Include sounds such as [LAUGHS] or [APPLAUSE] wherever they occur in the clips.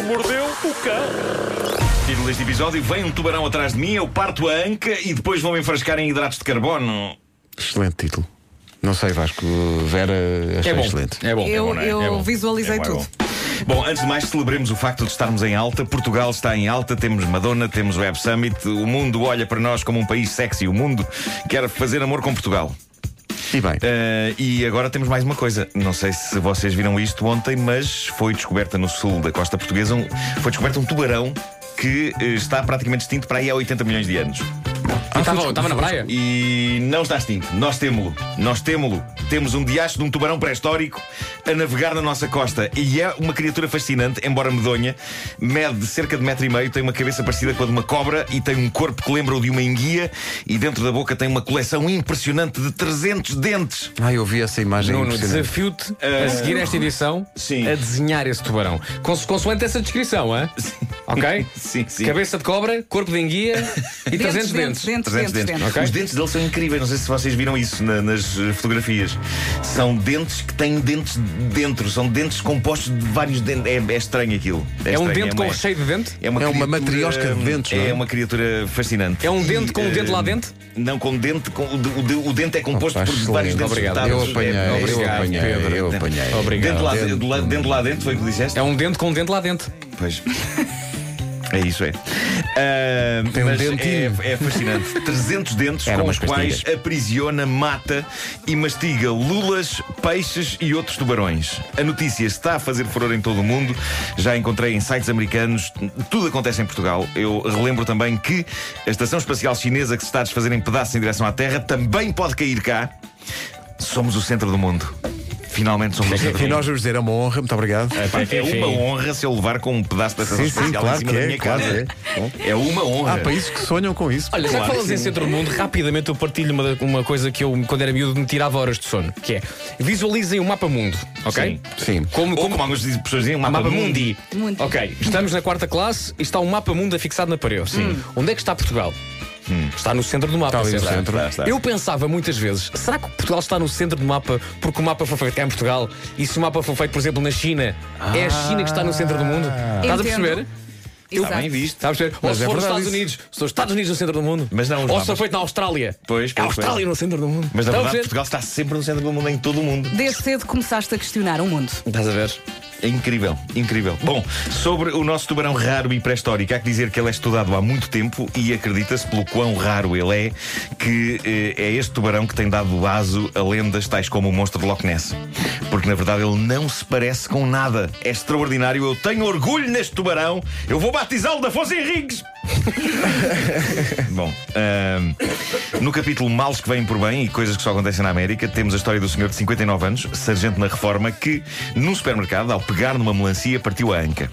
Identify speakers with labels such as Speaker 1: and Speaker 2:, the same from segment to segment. Speaker 1: o cão.
Speaker 2: Título deste episódio: Vem um tubarão atrás de mim, eu parto a anca e depois vão me enfrascar em hidratos de carbono.
Speaker 3: Excelente título. Não sei, Vasco, Vera, achei
Speaker 2: É bom.
Speaker 3: excelente.
Speaker 2: É bom,
Speaker 4: Eu-
Speaker 2: é bom, não é?
Speaker 4: eu
Speaker 2: É bom.
Speaker 4: visualizei
Speaker 2: É bom, é
Speaker 4: tudo.
Speaker 2: Bom. Bom, antes de mais, celebremos o facto de estarmos em alta. Portugal está em alta, temos Madonna, temos Web Summit. O mundo olha para nós como um país sexy. O mundo quer fazer amor com Portugal.
Speaker 3: E bem,
Speaker 2: Eh, e agora temos mais uma coisa. Não sei se vocês viram isto ontem, mas foi descoberta no sul da costa portuguesa um, foi descoberto um tubarão que eh, está praticamente extinto para aí há 80 milhões de anos.
Speaker 5: Ah, estava, estava na praia?
Speaker 2: E não está extinto. Nós temos-lo. Nós temos-lo. Temos um diacho de um tubarão pré-histórico a navegar na nossa costa. E é uma criatura fascinante, embora medonha. Mede cerca de metro e meio, tem uma cabeça parecida com a de uma cobra e tem um corpo que lembra o de uma enguia. E dentro da boca tem uma coleção impressionante de 300 dentes.
Speaker 3: ai, eu vi essa imagem
Speaker 5: Nuno,
Speaker 3: impressionante.
Speaker 5: desafio-te a seguir esta edição
Speaker 2: Ah, Sim.
Speaker 5: a desenhar esse tubarão. Cons- consoante essa descrição, hã? Ok?
Speaker 2: [LAUGHS] Sim, sim.
Speaker 5: Cabeça de cobra, corpo
Speaker 2: [LAUGHS]
Speaker 5: de enguia e 300 dentes.
Speaker 4: dentes,
Speaker 2: 300 dentes.
Speaker 5: Ok.
Speaker 2: Os dentes dele são incríveis, não sei se vocês viram isso na- nas eh, fotografias. São dentes que têm dentes dentro, são dentes compostos de vários dentes. É, é estranho aquilo.
Speaker 5: É um
Speaker 2: estranho,
Speaker 5: dente com
Speaker 2: uma-
Speaker 5: recheio de dente?
Speaker 2: É uma,
Speaker 3: É uma
Speaker 2: criatura-
Speaker 3: matriosca de dentes, não
Speaker 2: É
Speaker 3: é?
Speaker 2: uma criatura fascinante.
Speaker 5: É um dente com um
Speaker 2: eh,
Speaker 5: dente lá dentro?
Speaker 2: Não, com dente. Com, o, de- o de- o dente é composto
Speaker 3: Opa,
Speaker 2: por vários
Speaker 3: Oh, excelente.
Speaker 2: dentes
Speaker 5: Obrigado.
Speaker 2: cortados.
Speaker 3: Eu apanhei,
Speaker 2: É- é-
Speaker 3: eu
Speaker 5: Obrigado,
Speaker 3: apanhei,
Speaker 5: Pedro.
Speaker 3: eu apanhei.
Speaker 5: Obrigado.
Speaker 2: Dente lá,
Speaker 3: Dente-
Speaker 2: de lá- dente lá dentro, foi o que disseste?
Speaker 5: É um dente com um dente lá dentro.
Speaker 2: Pois. É isso, é. Ah,
Speaker 3: Tem um
Speaker 2: mas
Speaker 3: dentinho.
Speaker 2: é, é
Speaker 3: [LAUGHS]
Speaker 2: fascinante. 300 dentes
Speaker 3: Era
Speaker 2: com
Speaker 3: umas
Speaker 2: os quais aprisiona, mata e mastiga lulas, peixes e outros tubarões. A notícia está a fazer furor em todo o mundo. Já encontrei em sites americanos. Tudo acontece em Portugal. Eu relembro também que a Estação Espacial Chinesa, que se está a desfazer em pedaços em direção à Terra, também pode cair cá. Somos o centro do mundo. Finalmente somos o centro do mundo.
Speaker 3: E nós vamos dizer, é uma honra, muito obrigado.
Speaker 2: Pá, É uma honra se eu levar com um pedaço da estação
Speaker 3: Sim, sim,
Speaker 2: espacial
Speaker 3: claro
Speaker 2: em cima
Speaker 3: que
Speaker 2: da
Speaker 3: é,
Speaker 2: minha
Speaker 3: claro
Speaker 2: casa.
Speaker 3: que Ah,
Speaker 2: É uma honra.
Speaker 3: Há países que sonham com isso.
Speaker 5: Olha, já que falas em centro do mundo, rapidamente eu partilho uma, uma coisa que eu, quando era miúdo, me tirava horas de sono, que é visualizem o mapa mundo, ok?
Speaker 3: Sim.
Speaker 5: Como,
Speaker 2: Ou
Speaker 5: como,
Speaker 2: como algumas pessoas dizem, um mapa,
Speaker 5: mapa
Speaker 2: mundi.
Speaker 5: mundi.
Speaker 4: Mundi.
Speaker 5: Ok, estamos na quarta classe e está um mapa mundo afixado na parede.
Speaker 4: Hum.
Speaker 5: Sim. Onde é que está Portugal? Está no centro do mapa.
Speaker 3: Está ali no
Speaker 5: certo?
Speaker 3: centro.
Speaker 2: Hum. Está, está.
Speaker 5: Eu pensava muitas vezes, será que Portugal está no centro do mapa porque o mapa foi feito cá em Portugal? E se o mapa foi feito, por exemplo, na China, é a China que está no centro do mundo? Estás a
Speaker 4: Ah. Entendo.
Speaker 5: perceber?
Speaker 4: Exato.
Speaker 2: visto.
Speaker 5: Está a perceber? Ou
Speaker 3: Mas
Speaker 5: se
Speaker 3: é
Speaker 5: for
Speaker 3: verdade
Speaker 5: nos Estados
Speaker 3: isso.
Speaker 5: Unidos, se for os Estados Unidos no centro do mundo.
Speaker 2: Mas não os
Speaker 5: Ou se
Speaker 2: mapas.
Speaker 5: foi feito na Austrália.
Speaker 2: Pois,
Speaker 5: é
Speaker 2: pois,
Speaker 5: a
Speaker 2: pois.
Speaker 5: Austrália no centro do mundo.
Speaker 2: Mas na
Speaker 5: Está Tá a
Speaker 2: verdade,
Speaker 5: perceber?
Speaker 2: Portugal está sempre no centro do mundo, em todo o mundo.
Speaker 4: Desde cedo começaste a questionar o mundo.
Speaker 5: Estás a ver?
Speaker 2: É incrível, incrível. Bom, sobre o nosso tubarão raro e pré-histórico, há que dizer que ele é estudado há muito tempo e acredita-se pelo quão raro ele é que eh, é este tubarão que tem dado vaso a lendas tais como o monstro de Loch Ness. Porque na verdade ele não se parece com nada. É extraordinário, eu tenho orgulho neste tubarão, eu vou batizá-lo da Afonso Henriques! Bom, ahm, no capítulo Males que vêm por bem e coisas que só acontecem na América, temos a história do senhor de 59 anos, sargento na reforma, que num supermercado, ao pegar numa melancia, partiu a anca.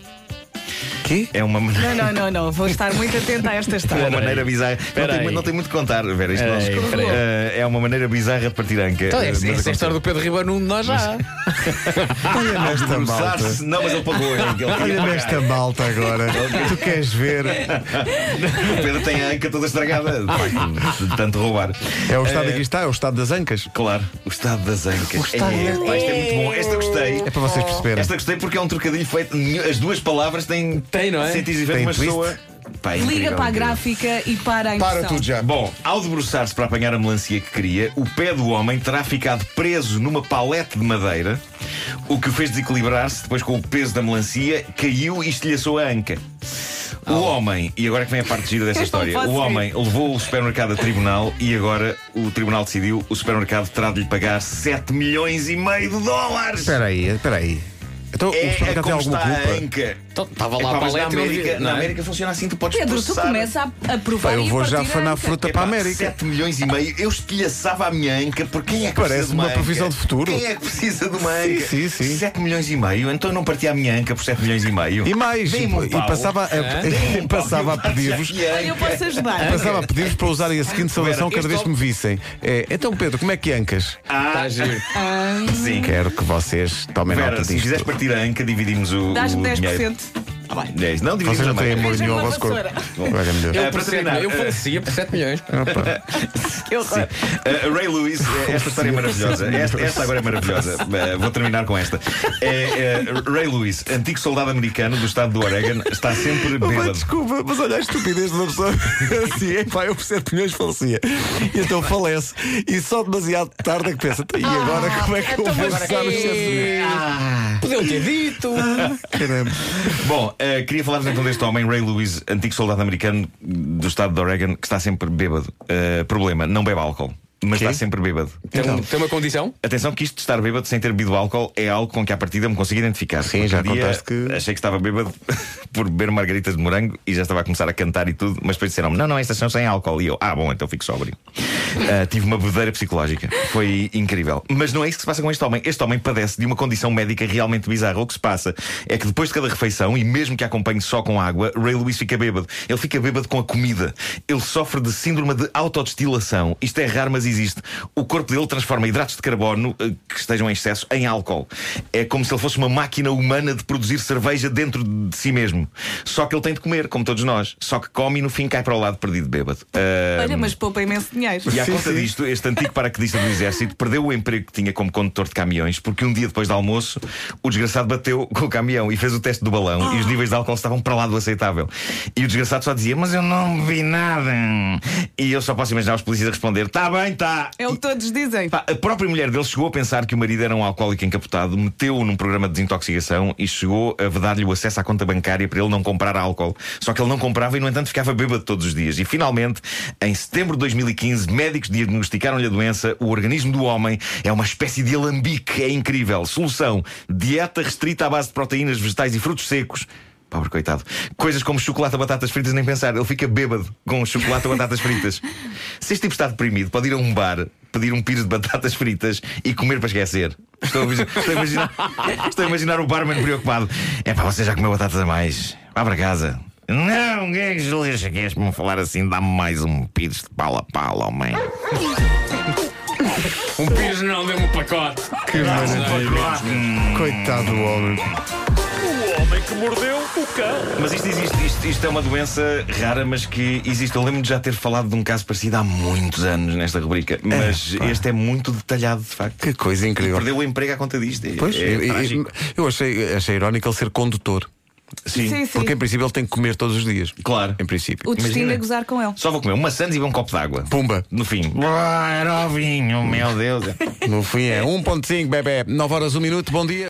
Speaker 3: Quê?
Speaker 2: [LAUGHS] É uma maneira.
Speaker 4: Não, não, não, não. Vou estar muito atenta a esta
Speaker 2: É uma
Speaker 4: história.
Speaker 2: maneira bizarra. Não
Speaker 5: Pera
Speaker 2: tem,
Speaker 5: aí.
Speaker 2: mu- não tem muito que contar, Vera. Isto
Speaker 5: Pera
Speaker 2: não
Speaker 5: aí,
Speaker 2: se-
Speaker 5: pera aí.
Speaker 2: Ah, é uma maneira bizarra de partir a anca.
Speaker 5: Então,
Speaker 2: Ah,
Speaker 5: essa,
Speaker 2: mas
Speaker 5: essa é a história do Pedro Ribeiro Nuno, nós já.
Speaker 3: Nesta malta.
Speaker 2: Debruçar-se- Não, mas ele pagou. Ele queria
Speaker 3: Olha
Speaker 2: pagar.
Speaker 3: nesta malta agora. Tu queres ver?
Speaker 2: O Pedro tem a anca toda estragada. de facto, de Tanto roubar.
Speaker 3: É o estado aqui está, é o estado das ancas.
Speaker 2: Claro, o estado das ancas. é, pá, isto é muito bom. Esta eu gostei.
Speaker 3: É para vocês perceberem.
Speaker 2: Esta gostei porque é um trocadilho feito. As duas palavras têm.
Speaker 5: Tem, não é?
Speaker 2: Sentidos diferentes,
Speaker 3: Tem
Speaker 2: mas
Speaker 3: twist.
Speaker 2: soa. Pá, é
Speaker 4: [LAUGHS] Liga
Speaker 2: incrível,
Speaker 4: para a
Speaker 2: incrível.
Speaker 4: gráfica e para a impressão.
Speaker 6: Para tudo já.
Speaker 2: Bom, ao debruçar-se para apanhar a melancia que queria, o pé do homem terá ficado preso numa palete de madeira, o que o fez desequilibrar-se depois com o peso da melancia, caiu e estilhaçou a anca. O homem, e agora é que vem a parte gira
Speaker 4: [LAUGHS] Eu
Speaker 2: dessa
Speaker 4: não
Speaker 2: história,
Speaker 4: posso
Speaker 2: o
Speaker 4: ir.
Speaker 2: homem levou o supermercado a tribunal e agora o tribunal decidiu o supermercado terá de lhe pagar 7 milhões e meio de dólares.
Speaker 3: Espera aí, espera aí. Então, o
Speaker 2: É,
Speaker 3: supermercado tem
Speaker 2: como
Speaker 3: alguma
Speaker 2: está a
Speaker 3: culpa?
Speaker 2: anca.
Speaker 5: Então, Estava
Speaker 2: É
Speaker 5: lá
Speaker 2: pá,
Speaker 5: a
Speaker 2: mas na
Speaker 5: paleta. e eu
Speaker 2: América,
Speaker 5: vi-
Speaker 2: na
Speaker 5: não é?
Speaker 2: América funciona assim, tu podes
Speaker 4: Pedro, tu
Speaker 2: processar.
Speaker 4: começa a, a provar.
Speaker 3: Pá, eu
Speaker 4: e
Speaker 3: vou
Speaker 4: partir
Speaker 3: já
Speaker 4: a
Speaker 3: afanar
Speaker 4: anca.
Speaker 3: fruta
Speaker 2: Epá,
Speaker 3: para a América.
Speaker 2: 7 milhões e meio, eu estilhaçava a minha anca, porque quem é que
Speaker 3: Parece
Speaker 2: precisa de
Speaker 3: uma
Speaker 2: anca?
Speaker 3: previsão de futuro.
Speaker 2: Quem é que precisa de uma
Speaker 3: Sim,
Speaker 2: anca?
Speaker 3: sim, sim.
Speaker 2: 7 milhões e meio, então eu não partia a minha anca por 7 milhões e meio.
Speaker 3: E mais, e,
Speaker 2: Dei-me um
Speaker 3: [LAUGHS] e
Speaker 2: pau. um
Speaker 3: passava a, passava a pedir-vos.
Speaker 2: E a
Speaker 4: Olha, eu
Speaker 2: anca?
Speaker 4: posso ajudar.
Speaker 3: Passava a pedir-vos para usarem a seguinte saudação
Speaker 5: Vera,
Speaker 3: cada vez
Speaker 5: este
Speaker 3: que me vissem. É, então, Pedro, como é que ancas?
Speaker 5: Está a
Speaker 2: Ah,
Speaker 5: giro.
Speaker 2: sim.
Speaker 3: Quero que vocês tomem
Speaker 2: Vera,
Speaker 3: nota
Speaker 2: se
Speaker 3: disto.
Speaker 2: quiseres partir a anca, dividimos o, o
Speaker 4: Dás-me
Speaker 2: um dinheiro.
Speaker 4: 10%. Está bem.
Speaker 2: É isso. Não dividimos
Speaker 3: Vocês
Speaker 2: a
Speaker 3: não têm
Speaker 2: meia.
Speaker 3: amor
Speaker 4: Veja
Speaker 3: nenhum ao
Speaker 4: uma
Speaker 3: vosso corpo.
Speaker 4: vassoura.
Speaker 3: Olha, meu Deus.
Speaker 5: Eu,
Speaker 2: É,
Speaker 5: por
Speaker 2: para
Speaker 5: sete-
Speaker 2: terminar,
Speaker 5: eu
Speaker 2: eh,
Speaker 5: falecia por 7 milhões. pá.
Speaker 3: Opa.
Speaker 4: Que horror.
Speaker 2: Uh, Ray Lewis, eh, esta história é maravilhosa. Esta, esta agora é maravilhosa. Eh, vou terminar com esta. Eh, eh, Ray Lewis, antigo soldado americano do estado do Oregon, está [LAUGHS] sempre
Speaker 3: Opa,
Speaker 2: bêbado.
Speaker 3: desculpa, mas olha a estupidez da pessoa. [LAUGHS] assim, epá, eu por 7 milhões falecia. E então falece. E só demasiado tarde é que pensa, e agora como é que eu vou usar os 7 milhões?
Speaker 5: Podiam Ah. ter dito.
Speaker 3: Ah. Caramba.
Speaker 2: Bom, eh, queria falar-vos então deste homem, Ray Lewis, antigo soldado americano do estado de Oregon, que está sempre bêbado. Eh, problema, não bebe álcool, mas está sempre bêbado.
Speaker 5: Tem, um- tem uma condição?
Speaker 2: Atenção que isto de estar bêbado sem ter bebido álcool é algo com que à partida me consigo identificar.
Speaker 3: Sim,
Speaker 2: Porque
Speaker 3: já
Speaker 2: um dia
Speaker 3: contaste que-
Speaker 2: Achei que estava bêbado [LAUGHS] por beber margaritas de morango e já estava a começar a cantar e tudo, mas depois disseram-me: não, não, estas são sem álcool. E eu, ah, bom, então fico
Speaker 3: [LAUGHS]
Speaker 2: sóbrio. Ah, tive uma bebedeira psicológica. Foi incrível. Mas não é isso que se passa com este homem. Este homem padece de uma condição médica realmente bizarra. O que se passa é que depois de cada refeição, e mesmo que a acompanhe só com água, Ray Lewis fica bêbado. Ele fica bêbado com a comida. Ele sofre de síndrome de autodestilação. Isto é raro, mas existe. O corpo dele transforma hidratos de carbono eh, que estejam em excesso em álcool. É como se ele fosse uma máquina humana de produzir cerveja dentro de si mesmo. Só que ele tem de comer, como todos nós. Só que come e no fim cai para o lado perdido, bêbado. Ah,
Speaker 4: Olha, mas poupa imenso dinheiro.
Speaker 2: e à
Speaker 3: Sim,
Speaker 2: conta
Speaker 3: sim.
Speaker 2: disto, este antigo paraquedista do exército perdeu o emprego que tinha como condutor de caminhões porque um dia depois do almoço o desgraçado bateu com o caminhão e fez o teste do balão e os níveis de álcool estavam para lá do aceitável. E o desgraçado só dizia: Mas eu não vi nada. E eu só posso imaginar os polícias a responder: Tá bem, tá.
Speaker 4: É o que todos dizem.
Speaker 2: Pá, a própria mulher dele chegou a pensar que o marido era um alcoólico encapotado, meteu-o num programa de desintoxicação e chegou a vedar-lhe o acesso à conta bancária para ele não comprar álcool. Só que ele não comprava e, no entanto, ficava bêbado todos os dias. E finalmente, em setembro de 2015, médicos diagnosticaram-lhe a doença. O organismo do homem é uma espécie de alambique, é incrível. Solução: dieta restrita à base de proteínas, vegetais e frutos secos. Pobre coitado. Coisas como chocolate ou batatas fritas, nem pensar. Ele fica bêbado com chocolate ou batatas fritas. Se este tipo está deprimido, pode ir a um bar, pedir um pires de batatas fritas e comer para esquecer. Estou a, visi- estou a imaginar, estou a imaginar o barman preocupado. É pá, você já comeu batatas a mais? Vá para casa. Não, quem é que se lixa que és-me falar assim? Dá-me mais um pires de pala a pala, homem.
Speaker 5: Um pires não deu um pacote.
Speaker 3: Que maravilha. Coitado do homem.
Speaker 2: Mas isto existe, isto, isto é uma doença rara, mas que existe. Eu lembro-me de já ter falado de um caso parecido há muitos anos nesta rubrica, mas este é muito detalhado, de facto.
Speaker 3: Que coisa incrível.
Speaker 2: Perdeu o emprego à conta disto. É-
Speaker 3: Pois,
Speaker 2: é
Speaker 3: eu, eu-
Speaker 2: trágico.
Speaker 3: eu achei, achei irónico ele ser condutor.
Speaker 2: Sim.
Speaker 4: Sim, sim.
Speaker 3: Porque em princípio ele tem que comer todos os dias.
Speaker 2: Claro.
Speaker 3: Em princípio.
Speaker 4: O destino
Speaker 2: Imagina.
Speaker 4: é gozar com ele.
Speaker 2: Só vou comer um maçãs e um copo d'água.
Speaker 3: Pumba.
Speaker 2: No fim. Ah, era o vinho, meu Deus. [LAUGHS]
Speaker 3: um No fim é 1.5, bebê. 9 horas, 1 minuto, bom dia.